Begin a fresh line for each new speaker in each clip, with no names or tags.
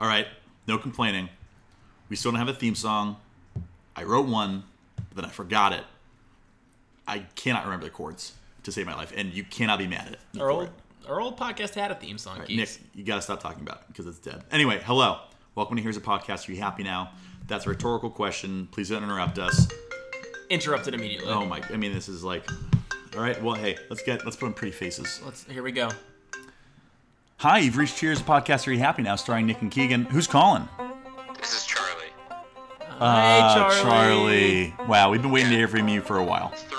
All right, no complaining. We still don't have a theme song. I wrote one, but then I forgot it. I cannot remember the chords to save my life, and you cannot be mad at it.
Our old, our old podcast had a theme song,
Nick,
Keeks.
you gotta stop talking about it because it's dead. Anyway, hello. Welcome to Here's a Podcast. Are you happy now? That's a rhetorical question. Please don't interrupt us.
Interrupted immediately.
Oh my I mean this is like all right, well hey, let's get let's put on pretty faces.
Let's here we go.
Hi, you've reached Here's a Podcast Are You Happy Now, starring Nick and Keegan. Who's calling?
This is Charlie.
Hi,
Uh, Charlie. Wow, we've been waiting to hear from you for a while.
Three.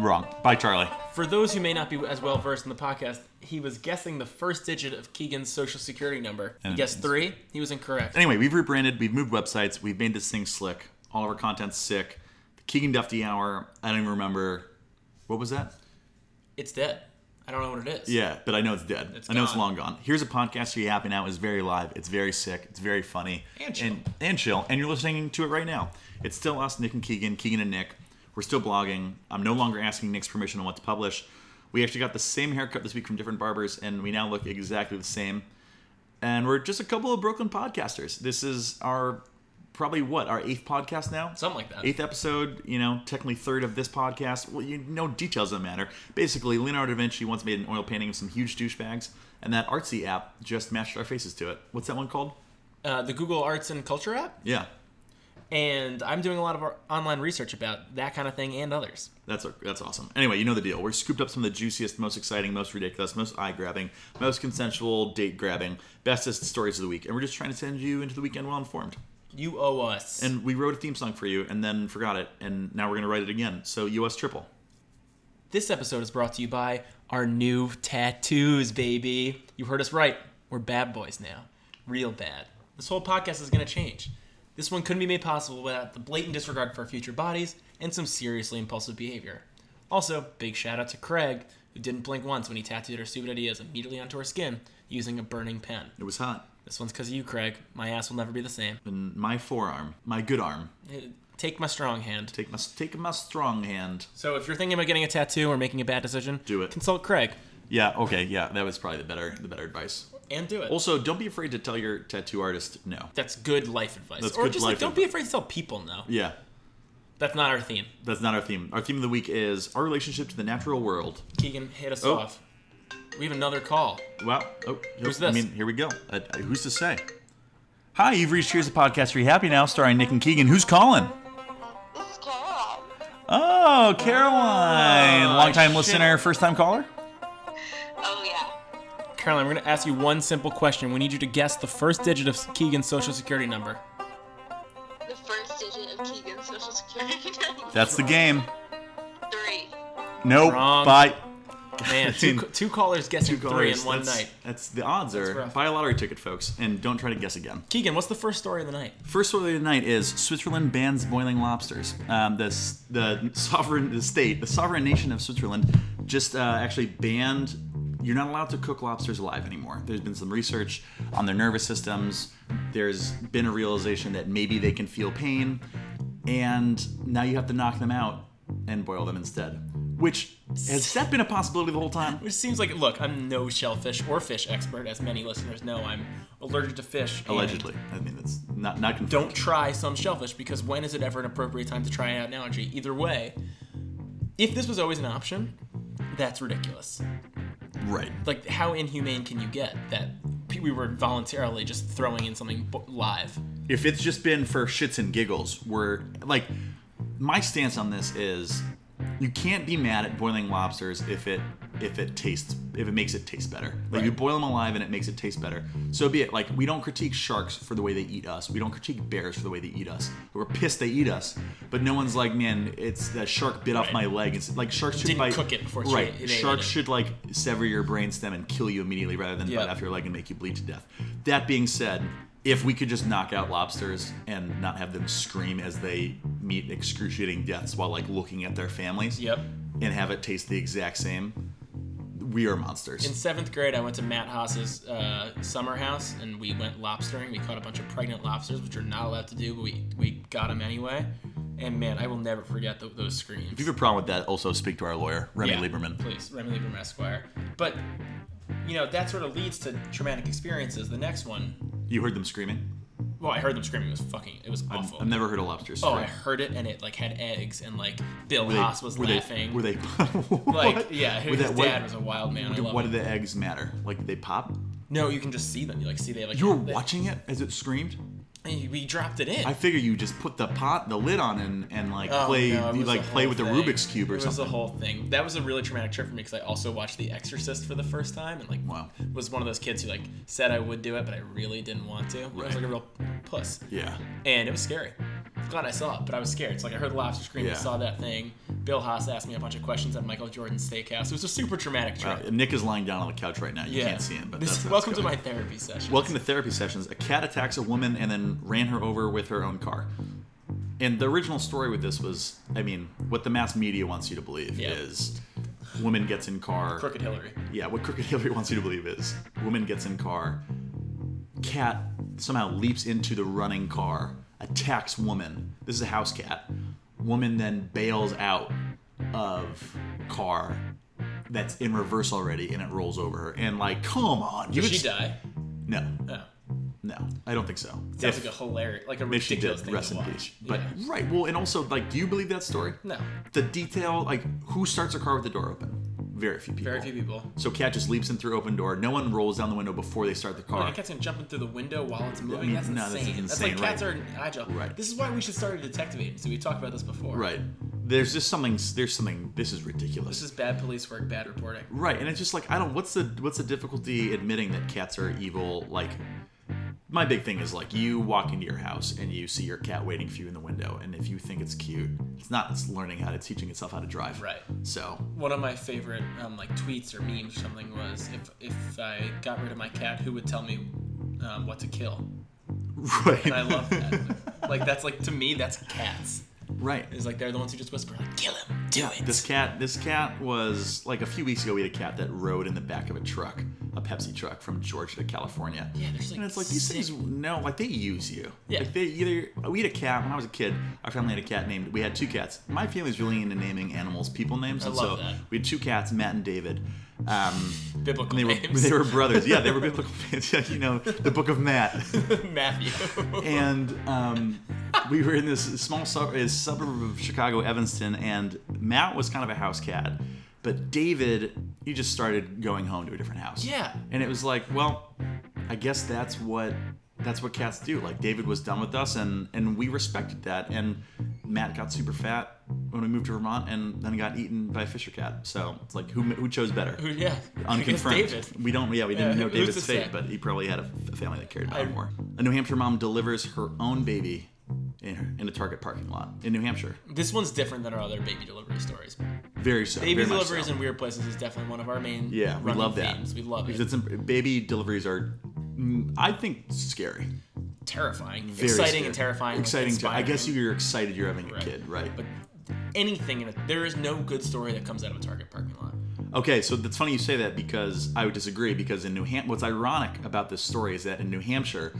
Wrong. Bye, Charlie.
For those who may not be as well versed in the podcast, he was guessing the first digit of Keegan's social security number. He
And-
guessed three. He was incorrect.
Anyway, we've rebranded, we've moved websites, we've made this thing slick. All of our content's sick. The Keegan Duffy Hour, I don't even remember. What was that?
It's dead. I don't know what it is.
Yeah, but I know it's dead.
It's
I know it's
gone.
long gone. Here's a podcast for you happy now. It's very live. It's very sick. It's very funny.
And chill.
And, and chill. And you're listening to it right now. It's still us, Nick and Keegan, Keegan and Nick. We're still blogging. I'm no longer asking Nick's permission on what to publish. We actually got the same haircut this week from different barbers, and we now look exactly the same. And we're just a couple of Brooklyn podcasters. This is our probably what our eighth podcast now
Something like that.
eighth episode, you know, technically third of this podcast. Well, you no details don't matter. Basically, Leonardo da Vinci once made an oil painting of some huge douchebags, and that artsy app just matched our faces to it. What's that one called?
Uh, the Google Arts and Culture app.
Yeah,
And I'm doing a lot of our online research about that kind of thing and others.
that's that's awesome. Anyway, you know the deal. We're scooped up some of the juiciest, most exciting, most ridiculous, most eye grabbing, most consensual, date grabbing, bestest stories of the week, and we're just trying to send you into the weekend well informed.
You owe us.
And we wrote a theme song for you, and then forgot it, and now we're gonna write it again. So US triple.
This episode is brought to you by our new tattoos, baby. You heard us right. We're bad boys now. Real bad. This whole podcast is going to change. This one couldn't be made possible without the blatant disregard for our future bodies and some seriously impulsive behavior. Also, big shout out to Craig, who didn't blink once when he tattooed our stupid ideas immediately onto our skin using a burning pen.
It was hot.
This one's because of you, Craig. My ass will never be the same.
And my forearm, my good arm,
Eh, Take my strong hand.
Take my take my strong hand.
So, if you're thinking about getting a tattoo or making a bad decision,
Do it.
Consult Craig
Yeah. Okay. Yeah. That was probably the better the better advice.
and do it.
Also, don't be afraid to tell your tattoo artist no.
That's good life advice.
That's
or
good
just
life
like, don't
advice.
be afraid to tell people no.
Yeah.
That's not our theme.
That's not our theme. Our theme of the week is our relationship to the natural world.
Keegan, hit us
Oh.
off. We have another call.
Wow. Oh,
Who's
I
this?
mean, here we go. Uh, uh, who's to say? Hi, you've reached Here's a Podcast. Are you happy now? Starring Nick and Keegan. Who's calling?
This is Caroline.
Oh, Caroline,
Oh,
long time
shit.
listener, first time caller.
Oh yeah.
Caroline, we're going to ask you one simple question. We need you to guess the first digit of Keegan's social security number.
The first digit of Keegan's social security number.
That's the game.
Three.
Nope.
Wrong.
Bye.
Man, two,
Dude.
two callers guessing three in
Doris,
one
that's-
night.
That's the odds are
rough.
buy a lottery ticket, folks, and don't try to guess again.
Keegan, what's the first story of the night?
First story of the night is Switzerland bans boiling lobsters. Um, the s- the sovereign the state, the sovereign nation of Switzerland, just uh, actually banned. You're not allowed to cook lobsters alive anymore. There's been some research on their nervous systems. There's been a realization that maybe they can feel pain, and now you have to knock them out and boil them instead. Which has that been a possibility the whole time?
Which seems like, look, I'm no shellfish or fish expert, as many listeners know. I'm allergic to fish. and
Allegedly, I mean that's not not confirmed.
Don't try some shellfish because when is it ever an appropriate time to try an allergy? Either way, if this was always an option, that's ridiculous.
right.
like how inhumane can you get that pe- we were voluntarily just throwing in something b- live
if it's just been for shits and giggles, we're like, my stance on this is, you can't be mad at boiling lobsters if it if it tastes if it makes it taste better. Like you
Right.
boil them alive and it makes it taste better. So be it. Like we don't critique sharks for the way they eat us. We don't critique bears for the way they eat us. We're pissed they eat us, but no one's like, man, it's that shark bit off
Right.
my leg. It's like sharks should
Didn't
bite-
cook it before she
right.
ate it.
Sharks should like sever your brainstem and kill you immediately rather than
Yeah.
bite off your leg and make you bleed to death. That being said, if we could just knock out lobsters and not have them scream as they meet excruciating deaths while like looking at their families,
yep
and have it taste the exact same, we are monsters.
in seventh grade i went to matt haas's uh, summer house and we went lobstering we caught a bunch of pregnant lobsters which you're not allowed to do but we, we got them anyway and man i will never forget tho- those screams
if you have a problem with that, also speak to our lawyer, Remy Lieberman.
please remy lieberman esquire but you know that sort of leads to traumatic experiences the next one
You heard them screaming.
Well, I heard them screaming. It was fucking. It was
I've-
awful.
I've never heard a lobster
oh,
scream.
I heard it, and it like had eggs, and like Bill
Were they-
Haas was
were they-
laughing.
were they?
like
what?
yeah,
Were
his
that- what-
dad was a wild man. I
Do-
love
Why
him.
did the eggs matter? Like did they pop?
No, you can just see them. You like see they have like
You were
they-
watching it as it screamed.
Hey, We dropped it in. Um,
I figure you just put the pot, the lid on, and and like
Oh,
play,
no, it
you
was
like
a
play
whole
with the
thing.
Rubik's cube or
it
something.
was a whole thing. That was a really traumatic trip for me because I also watched The Exorcist for the first time and like
Wow.
was one of those kids who like said I would do it, but I really didn't want to. I
Right.
was like a real puss,
yeah.
and it was scary. Glad I saw it, but I was scared. It's like I heard the lobster scream.
Yeah.
I saw that thing. Bill Haas asked me a bunch of questions at Michael Jordan's steakhouse. It was a super traumatic trip.
Uh, Nick is lying down on the couch right now. You
yeah.
can't see him, but
This-
that's how
welcome
it's
to my
going.
therapy session.
Welcome to therapy sessions. A cat attacks a woman and then ran her over with her own car. And the original story with this was, I mean, what the mass media wants you to believe
Yeah.
is woman gets in car.
Crooked Hillary.
Yeah, what Crooked Hillary wants you to believe is woman gets in car, cat somehow leaps into the running car, attacks woman. This is a house cat. Woman then bails out of car that's in reverse already and it rolls over her. And like, come on, you
Did she
ex-
die?
No,
Oh.
no, I don't think so.
Sounds
If-
like a hilarious, like a
if she
ridiculous
did,
thing
rest
to
in
watch.
peace. But
Yeah.
right, well, and also like, do you believe that story?
no,
The detail, like, who starts a car with the door open? Very few people.
very few people.
So Cat just leaps in through open door. No one rolls down the window before they start the car.
Like a cat's gonna jump in through the window while it's moving.
mean,
that's
no,
insane.
this is
That's
insane,
like cats
right.
are agile.
Right.
This is why we should start a detective agency. We talked about this before.
right. There's just something. There's something. This is
This
ridiculous.
is bad police work, bad reporting.
right. And it's just like I don't. What's the What's the difficulty admitting that cats are evil? Like. My big thing is like you walk into your house and you see your cat waiting for you in the window, and if you think it's cute, it's not. It's learning how to teaching itself how to drive.
Right.
So
One of my favorite um, like tweets or memes or something was if if I got rid of my cat, who would tell me um, what to kill?
right.
And I love that. like that's like to me, that's cats.
right.
It's like they're the ones who just whisper like, "Kill him, do it."
This cat, this cat was like a few weeks ago. We had a cat that rode in the back of a truck, a Pepsi truck, from Georgia to California.
yeah, there's like
And it's like these
six-
things, no, like they use you.
Yeah.
Like they either we had a cat when I was a kid. Our family had a cat named. We had two cats. My family's really into naming animals people names,
I
and
love
so
that.
we had two cats, Matt and David. Um,
biblical
and they were
names.
they were brothers. Yeah, they were biblical names. Yeah, you know, the Book of Matt.
Matthew.
And um, we were in this small sub- uh, suburb of Chicago, Evanston, and Matt was kind of a house cat, but David, he just started going home to a different house.
Yeah.
And it was like, well, I guess that's what that's what cats do. Like David was done with us, and and we respected that. And Matt got super fat when we moved to Vermont, and then got eaten by a Fisher cat. So it's like, who who chose better?
Who- yeah. I guess
Unconfirmed.
David.
We don't. Yeah, we didn't
Yeah,
know
who's to
David's
say?
fate, but he probably had a, a family that cared about
I-
him more. A New Hampshire mom delivers her own baby in, her, in a Target parking lot in New Hampshire.
This one's different than our other baby delivery stories.
Very so.
Baby
very much
deliveries
so.
in weird places is definitely one of our main
yeah, we
running
love that.
themes. We love
because
it.
it's im- baby deliveries are, mm, I think, scary.
Terrifying,
Very
exciting,
scary.
and terrifying. like,
Exciting. to- I guess
inspiring.
you're excited you're having
Right.
a kid, right?
But anything in it, there is no good story that comes out of a Target parking lot.
Okay, so that's funny you say that because I would disagree. Because in New Hampshire, what's ironic about this story is that in New Hampshire,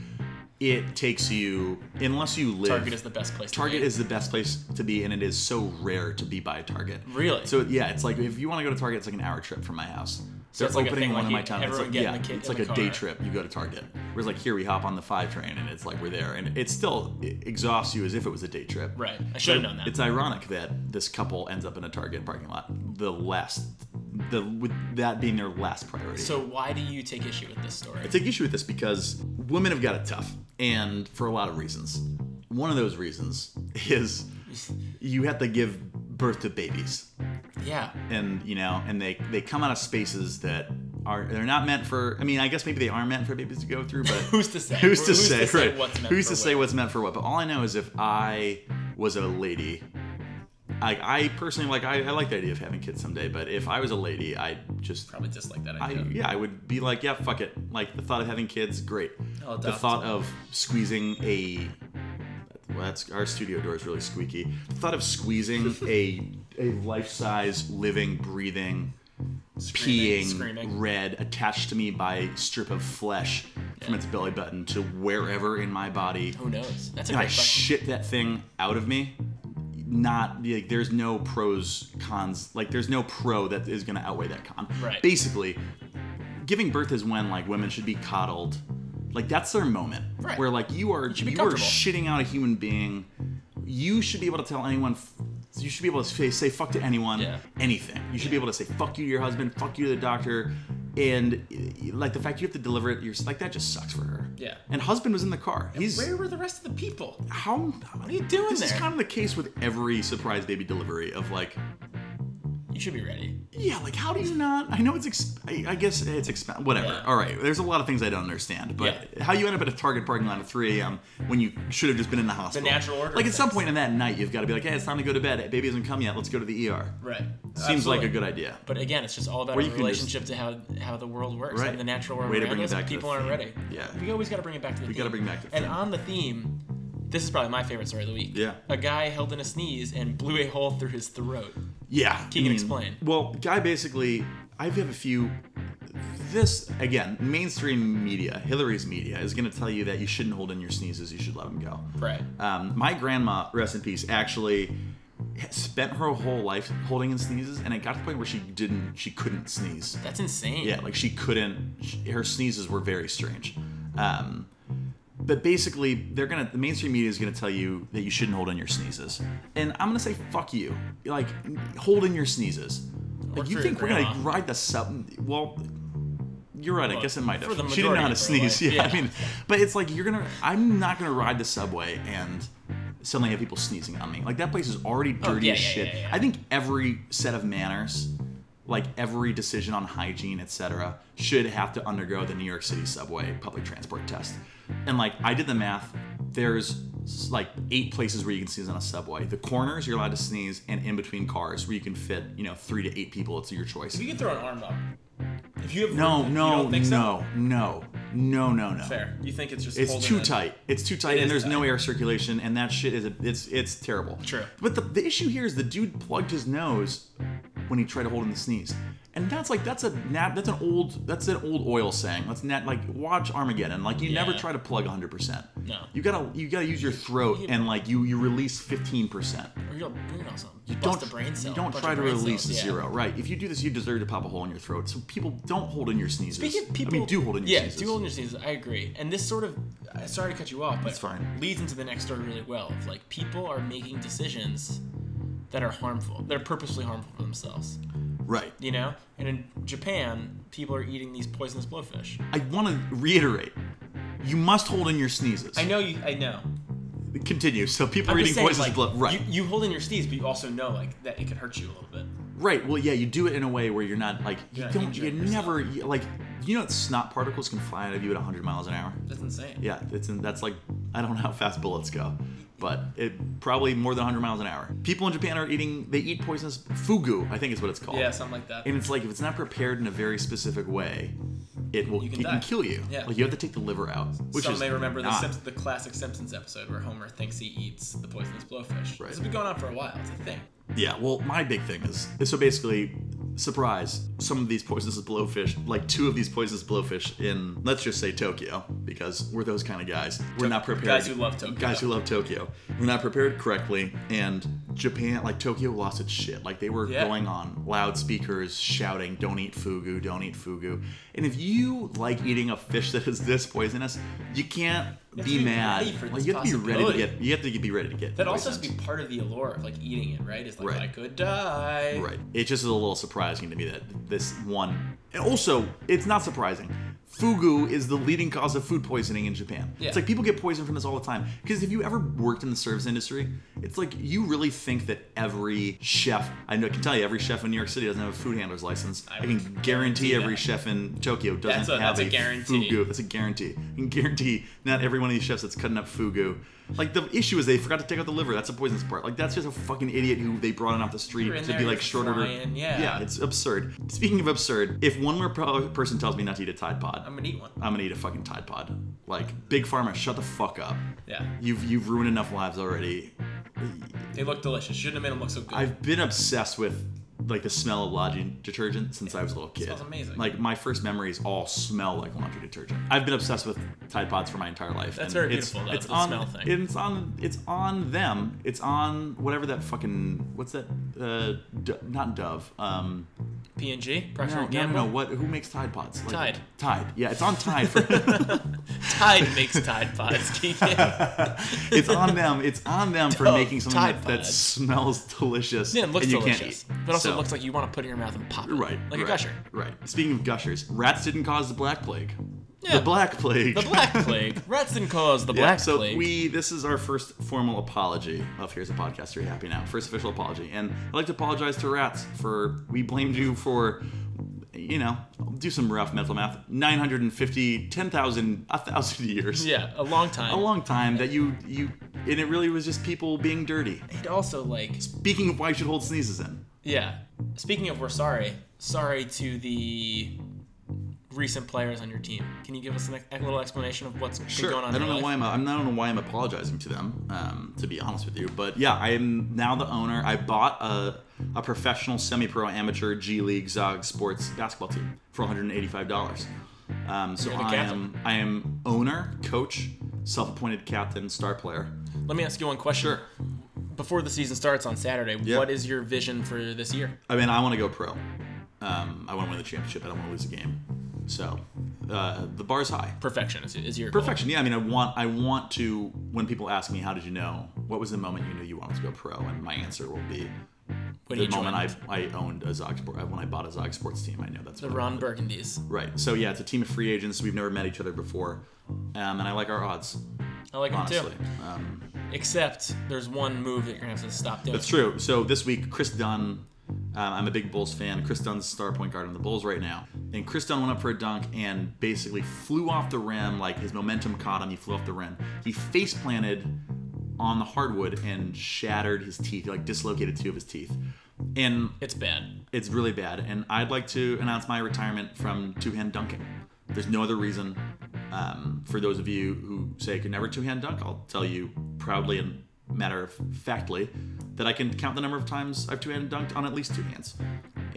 it takes you unless you live.
Target is the best place.
Target
to be.
is the best place to be, and it is so rare to be by a Target.
Really?
So yeah, it's like if you want to go to Target, it's like an hour trip from my house.
So it's like a thing, like, you-
It's
everyone
like,
get in
yeah,
the kit-
it's
in
like
the
a day
car.
trip. You go to Target. Whereas like here we hop on the five train, and it's like we're there, and it still it exhausts you as if it was a day trip.
Right. I should have known that.
It's ironic that this couple ends up in a Target parking lot. The last, the with that being their last priority.
so why do you take issue with this story?
I take issue with this because women have got it tough, and for a lot of reasons. One of those reasons is you have to give birth to babies,
yeah.
and you know, and they they come out of spaces that are they're not meant for. I mean, I guess maybe they are meant for babies to go through, but
Who's to say?
who's to
Who's
say, right?
what's meant
who's
for
to say
what?
what's meant for what? But all I know is if I was a lady, like I personally like I, I like the idea of having kids someday, but if I was a lady, I just
Probably dislike that
I
idea.
yeah, I would be like, yeah, fuck it. Like the thought of having kids, great.
I'll
The
adopt.
thought of squeezing a well, that's our studio door is really squeaky. The thought of squeezing a a life size, living, breathing,
Screaming,
peeing,
screaming.
red, attached to me by strip of flesh from its belly button to wherever in my body.
Who knows? That's a
And I
great question.
shit that thing out of me. Not like there's no pros cons like there's no pro that is gonna outweigh that con.
Right.
Basically, giving birth is when like women should be coddled Like that's their moment
Right.
where like you are
should
you,
be
are
comfortable.
shitting out a human being. You should be able to tell anyone. f- You should be able to say, say fuck to anyone,
Yeah.
anything. You should be able to say fuck you to your husband, fuck you to the doctor, and y- like the fact you have to deliver it, you're like that just sucks for her.
Yeah.
And husband was in the car. He's
Where were the rest of the people?
how what are
you doing
This is
there?
kind of the case with every surprise baby delivery of like
You should be ready.
yeah, like how do you not? I know it's. Exp- I, I guess it's exp- Whatever.
Yeah.
All right. There's a lot of things I don't understand, but
Yeah.
how you end up at a Target parking lot at 3 a.m. when you should have just been in the hospital.
natural order
Like at
of
some
things.
point in that night, you've got to be like, hey, it's time to go to bed. Baby hasn't come yet. Let's go to the ER.
Right.
Seems like a
Absolutely.
good idea.
But again, it's just all about
Or
our
you can just-
relationship to how how the world works
Right.
and the natural world
Way to
around
bring it
us.
back to the
people aren't ready.
theme. Yeah.
We always got to bring it back to the
We
theme.
gotta bring back to the
And
theme.
on the theme, this is probably my favorite story of the week.
Yeah.
A guy held in a sneeze and blew a hole through his throat.
Yeah. Mm.
Keegan, explain.
Well, guy basically, I have a few. This again, mainstream media, Hillary's media is going to tell you that you shouldn't hold in your sneezes. You should let them go.
Right.
Um, my grandma, rest in peace, actually spent her whole life holding in sneezes, and it got to the point where she didn't, she couldn't sneeze.
That's insane.
Yeah, like she couldn't. sh her sneezes were very strange. Um, but basically, they're gonna. The mainstream media is gonna tell you that you shouldn't hold in your sneezes, and I'm gonna say fuck you. Like hold in your sneezes.
Or
Like you
for
think we're
your
gonna
grandma.
ride the sub? Well, you're right. I
Look,
guess it might have.
for the
She didn't know how to
majority of
sneeze.
her
Yeah,
life,
I
yeah.
mean, but it's like you're gonna. I'm not gonna ride the subway and suddenly have people sneezing on me. Like that place is already dirty
Oh, yeah,
as
yeah,
shit.
yeah, yeah.
I think every set of manners like every decision on hygiene, etc., should have to undergo the New York City subway public transport test. And like I did the math, there's like eight places where you can sneeze on a subway. The corners you're allowed to sneeze, and in between cars where you can fit, you know, three to eight people. It's your choice.
If you can throw an arm up, if you have
No,
room, you
no,
don't think so?
no, no, no, no, no.
Fair. You think it's just
It's
holding
too
it.
tight. It's too tight,
It
and
is
there's no
tight.
air circulation, and that shit is a, it's it's terrible.
True.
But the, the issue here is the dude plugged his nose when he tried to hold in the sneeze, and that's like that's a nap. That's an old that's an old oil saying. Let's not like watch Armageddon. Like you never
Yeah.
try to plug 100. percent
No.
You gotta you gotta use your throat, and like you you release 15 percent.
Or you'll bring it on something.
You
Bust
don't
a brain cell.
you don't
Bunch
try
of
to
brain
release
cells,
a
yeah.
zero, right? If you do this, you deserve to pop a hole in your throat. So people don't hold in your sneezes.
Speaking of people,
I mean, do hold in your
yeah,
sneezes.
do hold in your sneezes. I agree. And this sort of, I- sorry to cut you off, but
It's fine.
leads into the next story really well. Of like people are making decisions that are harmful. They're purposely harmful for themselves.
right.
You know. And in Japan, people are eating these poisonous blowfish.
I want to reiterate. You must hold in your sneezes.
I know you. I know.
Continue. So people
I'm
are
just
eating
saying,
poisonous
like,
blood. Right.
You, you hold in your sneeze, but you also know like that it could hurt you a little bit.
right. Well, yeah. You do it in a way where you're not like you
You're not
don't. You
injuring yourself.
never you- like. You know, that snot particles can fly out of you at 100 miles an hour.
That's insane.
Yeah, it's in, that's like I don't know how fast bullets go, but it probably more than 100 miles an hour. People in Japan are eating. They eat poisonous fugu. I think is what it's called.
Yeah, something like that.
And it's like if it's not prepared in a very specific way, it will
You can
it
die.
can kill you.
Yeah.
Like you have to take the liver out. Which
Some
is
may remember the,
not-
Simps- the classic Simpsons episode where Homer thinks he eats the poisonous blowfish.
Right.
This has been going on for a while. It's a thing.
Yeah, well, my big thing is so basically, surprise, some of these poisonous blowfish, like two of these poisonous blowfish in, let's just say Tokyo, because we're those kind of guys. We're not prepared.
guys who love Tokyo.
Guys who love Tokyo. We're not prepared correctly, and Japan, like Tokyo lost its shit. Like they were
Yeah.
going on loudspeakers shouting, don't eat fugu, don't eat fugu. And if you like eating a fish that is this poisonous, you can't
have to
be
be
mad.
ready for
Like
this
you have to be ready to
possibility.
get, you have to be ready to get
That also has
poisoned.
to be part of the allure of like eating it, right? It's like
Right.
I could die.
Right. It just is a little surprising to me that this one. And also, it's not surprising. Fugu is the leading cause of food poisoning in Japan.
Yeah.
It's like people get poisoned from this all the time. Because if you ever worked in the service industry, it's like you really think that every chef, I know, I can tell you, every chef in New York City doesn't have a food handler's license. I,
I
can
would
guarantee
guarantee
every
that.
chef in Tokyo doesn't
That's a-
have
that's a
guarantee.
guarantee.
fugu. That's a guarantee. I can guarantee not every one of these chefs that's cutting up fugu. Like the issue is they forgot to take out the liver. That's a poisonous part. Like that's just a fucking idiot who they brought in off the street
You're in
to
there,
be like
you're
shorter.
flying, yeah.
it's absurd. Speaking of absurd, if one more pro- person tells me not to eat a Tide Pod,
I'm gonna eat one.
I'm gonna eat a fucking Tide Pod. Like Big Pharma, shut the fuck up.
Yeah.
You've you've ruined enough lives already.
They look delicious. Shouldn't have made them look so good.
I've been obsessed with like the smell of laundry detergent since I was a little kid.
smells amazing.
Like my first memories all smell like laundry detergent. I've been obsessed with Tide Pods for my entire life.
That's
and
very
it's-
beautiful, though,
It's
the
on
smell thing.
It's on. It's on them. It's on whatever that fucking what's that? Uh, do, not Dove. Um,
P&G,
no,
Procter
no,
and
no,
Gamble.
no. What? Who makes Tide Pods? Like,
Tide.
Tide. Yeah, it's on Tide. For,
Tide makes Tide Pods, Keegan.
it's on them. It's on them for
Dove,
making something
Oh, Tide
that, that
Pods.
smells delicious.
Yeah, it looks
and you
delicious,
Can't eat.
but also
So-
looks like you want to put it in your mouth and pop it,
Right.
Like
right,
a gusher.
Right. Speaking of gushers, rats didn't cause the Black Plague.
Yeah.
The Black Plague.
The Black Plague. Rats didn't cause the
Yeah,
Black
so
Plague.
we this is our first formal apology of here's a podcast you're happy now first official apology and i'd like to apologize to rats for we blamed you for you know do some rough mental math 950 10000 1000 years
yeah, a long time.
a long time that you you and it really was just people being dirty
It also like
speaking of why you should hold sneezes in
yeah. Speaking of, we're sorry. Sorry to the recent players on your team. Can you give us an, ex- a little explanation of what's been going on?
I
in
don't
your
know why
life?
I'm. I'm I don't know why I'm apologizing to them. Um, to be honest with you, but yeah, I am now the owner. I bought a a professional, semi-pro, amateur G League Zog Sports basketball team for 185 dollars. Um, so
You're the
I
captain.
am. I am owner, coach, self-appointed captain, star player.
Let me ask you one question.
Sure.
Before the season starts on Saturday,
Yeah.
what is your vision for this year?
I mean, I want to go pro. Um, I want to win the championship. I don't want to lose a game. So uh, the bar's high.
Perfection is, is your goal.
Perfection. Yeah, I mean, I want, I want to. When people ask me, "How did you know?" What was the moment you knew you wanted to go pro? And my answer will be
When
the
you join
moment I, I owned a Zog Sport. uh, When I bought a Zog Sports team, I know that's
the
what I
Ron
wanted.
Burgundies.
Right. So yeah, it's a team of free agents. We've never met each other before, um, and I like our odds.
I like them too.
Honestly, um,
Except there's one move that you're gonna have to stop doing.
that's true. So this week, Chris Dunn. Um, I'm a big Bulls fan. Chris Dunn's the star point guard on the Bulls right now, and Chris Dunn went up for a dunk and basically flew off the rim. Like his momentum caught him. He flew off the rim. He face planted on the hardwood and shattered his teeth, like dislocated two of his teeth. And
It's bad.
it's really bad. And I'd like to announce my retirement from two hand dunking. There's no other reason. Um, for those of you who say I can never two hand dunk, I'll tell you proudly and matter of factly that I can count the number of times I've two hand dunked on at least two hands.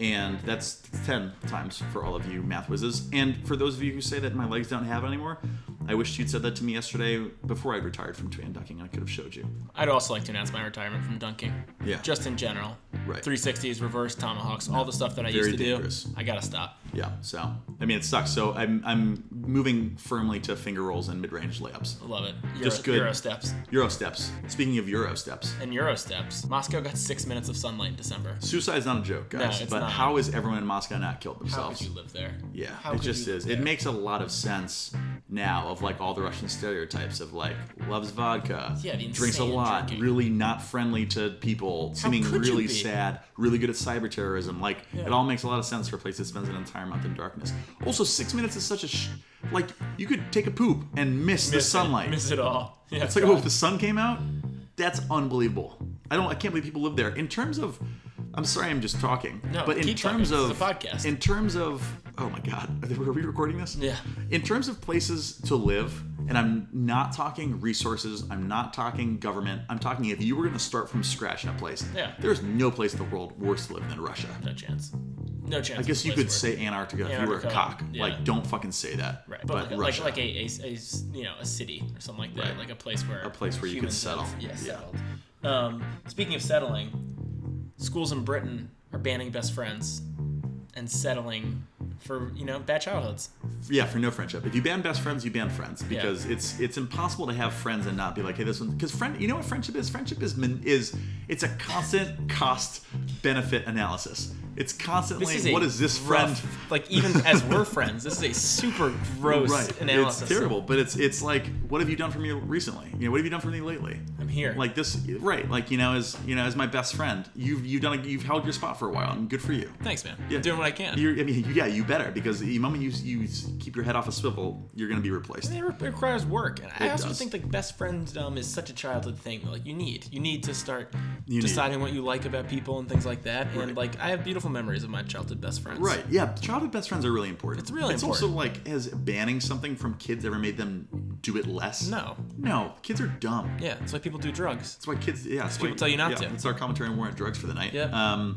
And that's 10 times for all of you math whizzes. And for those of you who say that my legs don't have it anymore, I wish you'd said that to me yesterday before I retired from two hand dunking. I could have showed you.
I'd also like to announce my retirement from dunking.
Yeah.
Just in general.
Right.
360s, reverse tomahawks, all the stuff that I
Very
used to
dangerous.
do. I gotta stop.
Yeah, so I mean it sucks. So I'm I'm moving firmly to finger rolls and mid range layups.
Love it. Euro,
Just good.
Euro steps
Euro steps. Speaking of Euro steps,
and Euro steps. Moscow got six minutes of sunlight in December.
suicide's not a joke, guys.
it's
but
not.
how is everyone in Moscow not killed
How
themselves?
could you live there?
yeah,
How
it
could
just
you
is.
live
It
there?
makes a lot of sense now of like all the Russian stereotypes of like loves vodka,
Yeah, the
drinks a
insane
lot,
drinking.
really not friendly to people, seeming
could you
really
be?
sad, really good at cyber terrorism. Like
Yeah.
it all makes a lot of sense for a place that spends an entire month in darkness. Also, six minutes is such a sh- like you could take a poop and miss, the
Miss it.
sunlight.
Miss it all. Yeah,
It's like,
God.
oh, if the sun came out, that's unbelievable. I don't, I can't believe people live there. In terms of, I'm sorry, I'm just talking.
No,
but in
keep
terms
talking.
of
This is a podcast.
in terms of, oh my God, are we recording this?
Yeah.
In terms of places to live, and I'm not talking resources, I'm not talking government, I'm talking if you were going to start from scratch in a place.
Yeah.
There's no place in the world worse to live than Russia.
no chance. No chance.
I guess you could say Antarctica, if you were a
Antarctica,
cock.
yeah.
Like, don't fucking say that.
Right.
But,
But, like,
Russia.
like like a, a- a s- you know a city or something like that,
Right.
like a place where a
place where you could settle.
yeah,
Yeah.
settled. Um, speaking of settling, schools in Britain are banning best friends and settling for you know bad childhoods.
yeah, for no friendship. If you ban best friends, you ban friends because it's it's impossible to have friends and not be like, hey, this one. Because friend, you know what friendship is? Friendship is min- is it's a constant cost benefit analysis. It's constantly
This is a
what is this friend?
rough- Like even as we're friends, this is a super gross analysis.
It's terrible, but it's it's like what have you done for me recently? You know, what have you done for me lately?
I'm here.
Like this, right? Like you know, as you know, as my best friend, you've you've done a, you've held your spot for a while, and good for you.
thanks, man.
Yeah.
I'm doing what I can.
You're, I mean, yeah, you better because the moment you you keep your head off a swivel, you're gonna be replaced.
it re- requires work, and I
It
also
does.
think like best friends um, is such a childhood thing. Like you need, you need to start
You need.
deciding what you like about people and things like that. And
Right.
like I have beautiful memories of my childhood best friends.
Right. Yeah. Childhood best friends are really important.
It's really
It's also like, has banning something from kids ever made them do it less?
No.
No. Kids are dumb.
Yeah, it's like people do drugs.
That's why kids. Yeah. That's why
people tell you not
yeah,
to.
That's our commentary on war on drugs for the night.
Yep.
Um,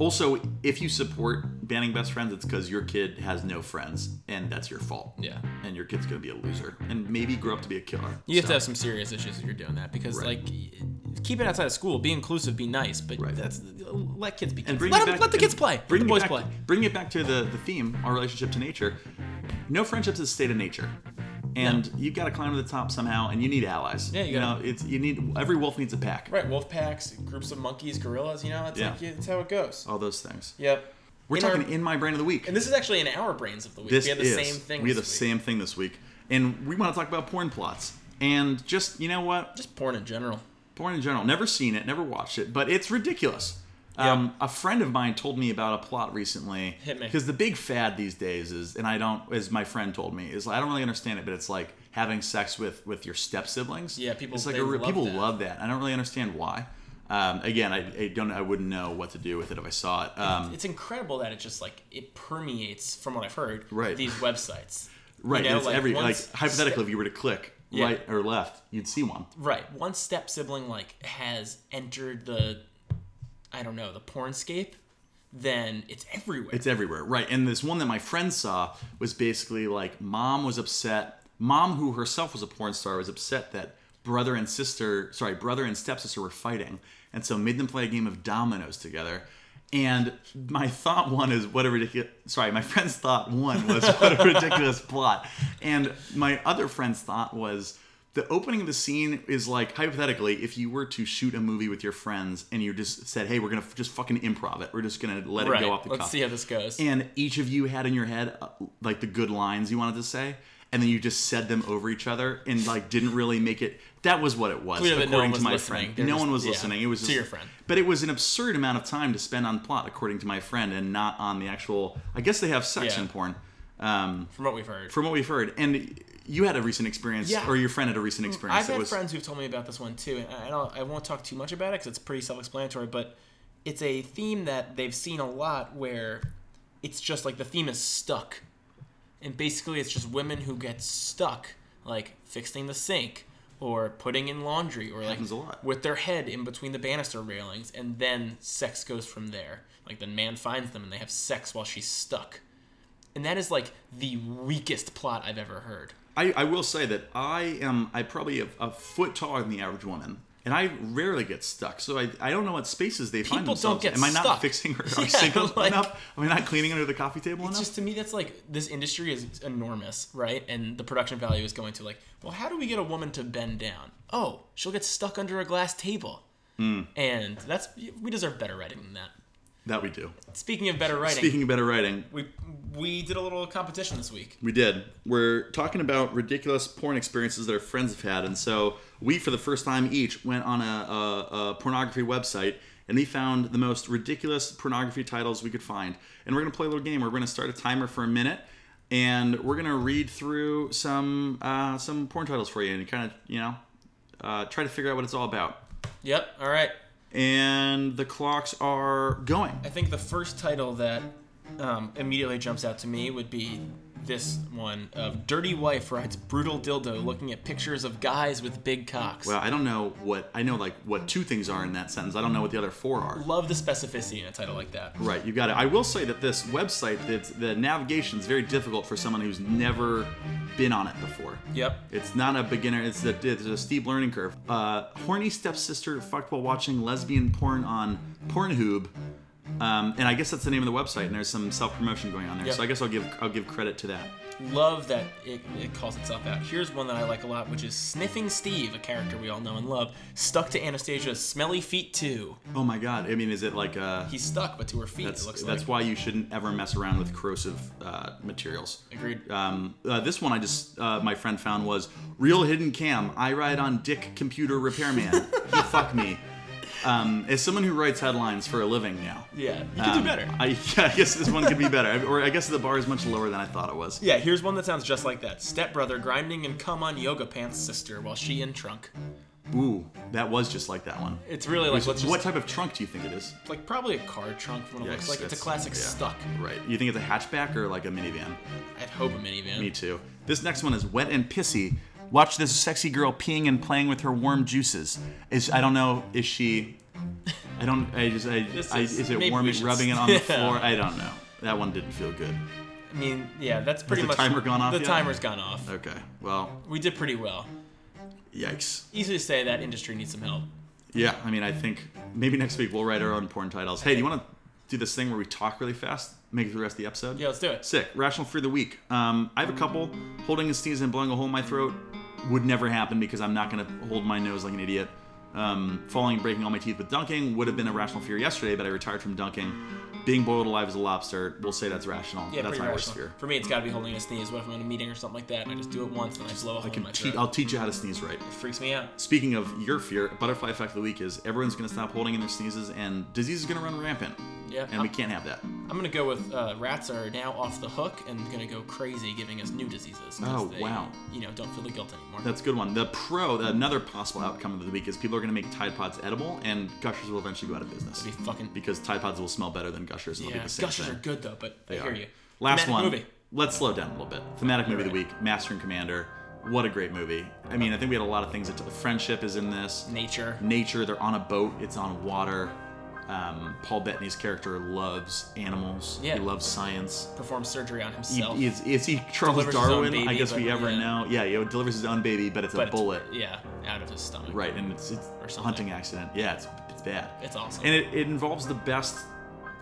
Also, if you support banning best friends, it's because your kid has no friends, and that's your fault.
Yeah.
And your kid's gonna be a loser, and maybe grow up to be a killer.
You have
So-
to have some serious issues if you're doing that because,
Right.
like, y- keep it outside of school. Be inclusive. Be nice. But
Right.
that's let kids be kids.
and bring
let,
it
them-
back,
let the kids play.
Bring
let
it
the boys
back,
play.
Bring it back to the, the theme, our relationship to nature. No friendship's a state of nature, and you've got to climb to the top somehow, and you need allies.
Yeah, you
know,
gotta-
it's you need every wolf needs a pack.
Right, wolf packs, groups of monkeys, gorillas. You know, that's
Yeah.
like that's how it goes.
All those things.
Yep.
We're
In our-
talking in my brain of the week.
and this is actually in our brains of the week.
this
we had the
is
same thing.
we had the
this week.
same thing this week, and we want to talk about porn plots and just you know what
Just porn in general.
porn in general. Never seen it, never watched it, but it's ridiculous. Um, a friend of mine told me about a plot recently.
Hit me.
Because the big fad these days is, and I don't, as my friend told me, is I don't really understand it, but it's like having sex with with your step siblings.
Yeah, people-
It's like
they
a, re-
love
people
that.
love that. I don't really understand why. Um, again, I, I don't, I wouldn't know what to do with it if I saw it. Um,
It's incredible that it just like it permeates, from what I've heard,
Right.
these websites.
right,
you know,
it's
like,
every like
once
hypothetically,
step-
if you were to click
Yeah.
right or left, you'd see one.
Right. One step sibling like has entered the I don't know, the pornscape, then it's everywhere.
It's everywhere, right? And this one that my friend saw was basically like mom was upset. Mom, who herself was a porn star, was upset that brother and sister, sorry, brother and stepsister were fighting, and so made them play a game of dominoes together. And my thought one is what a ridiculous. Sorry, my friend's thought one was what a ridiculous plot, and my other friend's thought was the opening of the scene is like hypothetically if you were to shoot a movie with your friends and you just said hey we're gonna f- just fucking improv it we're just gonna let
right.
it go off the
Let's
cuff
see how this goes.
and each of you had in your head uh, like the good lines you wanted to say and then you just said them over each other and like didn't really make it that was what it was
Clear that
according
no one
to
was
my
listening.
friend
They're
no
just-
one was
yeah,
listening it was
to
just,
your friend.
but it was an absurd amount of time to spend on plot according to my friend and not on the actual i guess they have sex
Yeah.
in porn um,
from what we've heard.
from what we've heard and you had a recent experience
Yeah. Mm,
or your friend had a recent experience
I've
that
had
was
friends who've told me about this one too, and I don't. I won't talk too much about it because it's pretty self-explanatory. But it's a theme that they've seen a lot, where it's just like the theme is stuck, and basically it's just women who get stuck, like fixing the sink or putting in laundry or like
Happens a lot.
with their head in between the banister railings, and then sex goes from there. Like the man finds them and they have sex while she's stuck. And that is like the weakest plot I've ever heard.
I, I will say that I am I probably a, a foot taller than the average woman, and I rarely get stuck. So I, I don't know what spaces they find
People
themselves.
don't
in.
get
am I not
stuck.
fixing her
Yeah,
sink up
like-
enough? Am I not cleaning under the coffee table enough?
It's just to me that's like this industry is enormous, right? And the production value is going to like, well, how do we get a woman to bend down? Oh, she'll get stuck under a glass table. And that's we deserve better writing than that.
that we do.
Speaking of better writing,
Speaking of better writing,
we we did a little competition this week.
we did. We're talking about ridiculous porn experiences that our friends have had, and so we, for the first time each, went on a, a, a pornography website. And we found the most ridiculous pornography titles we could find. And we're gonna play a little game. We're gonna start a timer for a minute, and we're gonna read through some uh, some porn titles for you and kind of you know uh, try to figure out what it's all about.
Yep. All right.
And the clocks are going.
I think the first title that um, immediately jumps out to me would be this one of "Dirty Wife Rides Brutal Dildo Looking at Pictures of Guys with Big Cocks."
Well, I don't know what I know like what two things are in that sentence. I don't know what the other four are.
Love the specificity in a title like that.
Right, you got it. I will say that this website, that the navigation is very difficult for someone who's never been on it before.
Yep.
It's not a beginner. It's a, it's a steep learning curve. Uh, horny stepsister fucked while watching lesbian porn on Pornhub, um, and I guess that's the name of the website. And there's some self promotion going on there,
Yep.
so I guess I'll give I'll give credit to that.
love that it, it calls itself out. Here's one that I like a lot, which is Sniffing Steve, a character we all know and love, stuck to Anastasia's smelly feet too.
Oh my God! I mean, is it like uh
He's stuck, but to her feet.
That's
it looks
that's
like.
why you shouldn't ever mess around with corrosive uh, materials.
Agreed.
Um, uh, this one I just uh, my friend found was real hidden cam. I ride on Dick Computer Repairman. he fuck me. Um, as someone who writes headlines for a living now,
Yeah, you can
um,
do better.
I, I guess this one could be better, or I guess the bar is much lower than I thought it was.
yeah, here's one that sounds just like that. Stepbrother grinding and cum on yoga pants sister while she in trunk.
Ooh, that was just like that one.
It's really like let's just
what type of trunk do you think it is?
like probably a car trunk from what it looks
Yikes,
like. It's a
that's-
classic
yeah.
stuck.
Right. You think it's a hatchback or like a minivan?
I'd hope a minivan.
Me too. This next one is wet and pissy. Watch this sexy girl peeing and playing with her warm juices. Is I don't know. Is she? I don't. I just. I,
This
I,
is-
is it
maybe
warm?
we
Is
should-
rubbing it on the
yeah.
floor? I don't know. That one didn't feel good.
I mean, yeah, that's pretty
the
much
timer gone off
The
yet?
timer's gone off.
Okay. Well,
We did pretty well.
yikes.
Easy to say that industry needs some help.
Yeah. I mean, I think maybe next week we'll write our own porn titles. Hey, do you want to do this thing where we talk really fast? Make it through the rest of the episode.
Yeah, let's do it.
Sick. Rational fear of the week. Um, I have a couple. Holding a sneeze and blowing a hole in my throat would never happen because I'm not going to hold my nose like an idiot. Um, falling and breaking all my teeth with dunking would have been a rational fear yesterday, but I retired from dunking. Being boiled alive as a lobster, we'll say that's rational.
Yeah,
that's my
pretty rational.
worst fear.
For me, it's got to be holding a sneeze. What if I'm in a meeting or something like that, and I just do it once and I blow a hole
I
in
can
my
te-
throat?
I'll teach you how to sneeze right.
It freaks me out.
Speaking of your fear, butterfly effect of the week is everyone's going to stop holding in their sneezes and disease is going to run rampant.
Yeah,
And we
I'm-
can't have that.
I'm gonna go with uh, rats are now off the hook and gonna go crazy, giving us new diseases. 'cause
Oh,
they,
wow.
You know, don't feel the guilt anymore.
That's a good one. The pro, another possible outcome of the week is people are going to make Tide Pods edible, and Gushers will eventually go out of business.
That'd be fucking.
because Tide Pods will smell better than Gushers. And they'll
Yeah,
be the same
gushers
thing.
are good though, but
They
I hear
are.
you.
Last
Thematic
one.
Movie.
Let's slow down a little bit. Thematic movie of the
You're
week: Master and Commander. What a great movie. I mean, I think we had a lot of things. That friendship is in this.
Nature.
Nature. They're on a boat. It's on water. Um, Paul Bettany's character loves animals.
Yeah.
He loves science.
Performs surgery on
He,
himself.
is, is he Charles
Delivers his own
Darwin? I
baby,
guess we
but-
ever
yeah.
know. Yeah, he delivers his own baby, but it's
but
a
it's-
bullet.
Yeah, out of his stomach.
Right, and it's, it's
Or
a
something.
hunting accident. Yeah, it's, it's bad.
It's awesome.
And it, it involves the best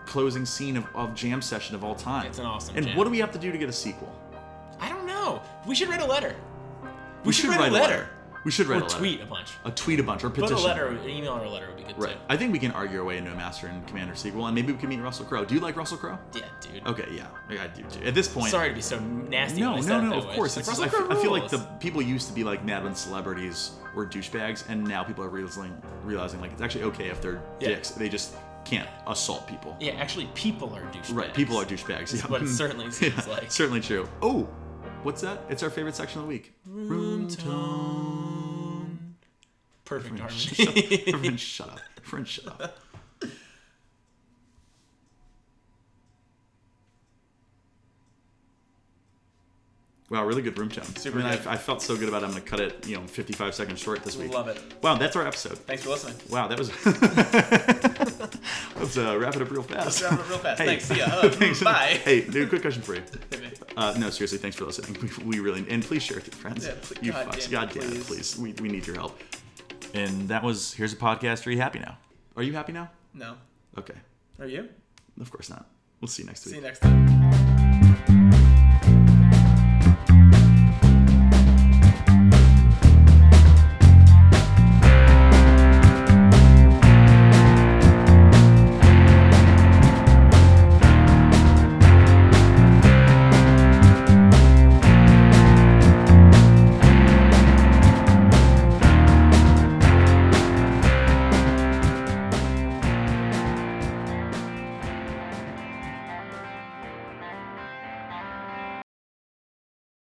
closing scene of, of Jam Session of all time.
It's an awesome
And
jam.
what do we have to do to get a sequel?
I don't know. We should write a letter.
We, should, write, a letter. We should write
Or
a letter.
tweet a bunch.
A tweet a bunch or
But
petition.
a letter, an email or a letter would be good
Right. I think we can argue our way into a Master and Commander sequel, and maybe we can meet Russell Crowe. Do you like Russell Crowe?
too. Yeah, dude.
Okay, yeah, I do too. At this point,
Sorry to be so nasty.
No,
when I
no,
said it
no.
that
Of
way.
course,
It's
it's.
like
I,
Russell
f- I feel like
Crowe
the
rules.
people used to be like mad when celebrities were douchebags, and now people are realizing realizing like it's actually okay if they're
Yeah.
dicks. They just can't assault people.
Yeah, actually, people are douchebags.
Right, people are douchebags. Yeah.
what it certainly seems like.
Certainly true. Oh, what's that? It's our favorite section of the week.
Room tone. Perfect
Shut up.
harmony.
Everyone shut up. Everyone shut up. Wow, really good room tone.
Super
I mean,
good.
I, I felt so good about it. I'm going to cut it, you know, 55 seconds short this week.
Love it.
Wow, that's our episode.
Thanks for listening.
Wow, that was. Let's uh, wrap it up real fast.
wrap it up real fast.
Hey.
Thanks. See ya. Uh,
Thanks.
bye.
Hey, dude, quick question for you. Uh, no, seriously, thanks for listening. We, we really and please share with your friends.
Yeah, please-
you
God
fucks,
damn
God
it,
damn it,
please.
please. We, we need your help. And that was here's a podcast. Are you happy now? Are you happy now?
No.
Okay,
Are you?
of course not. We'll see you next week.
See you next time.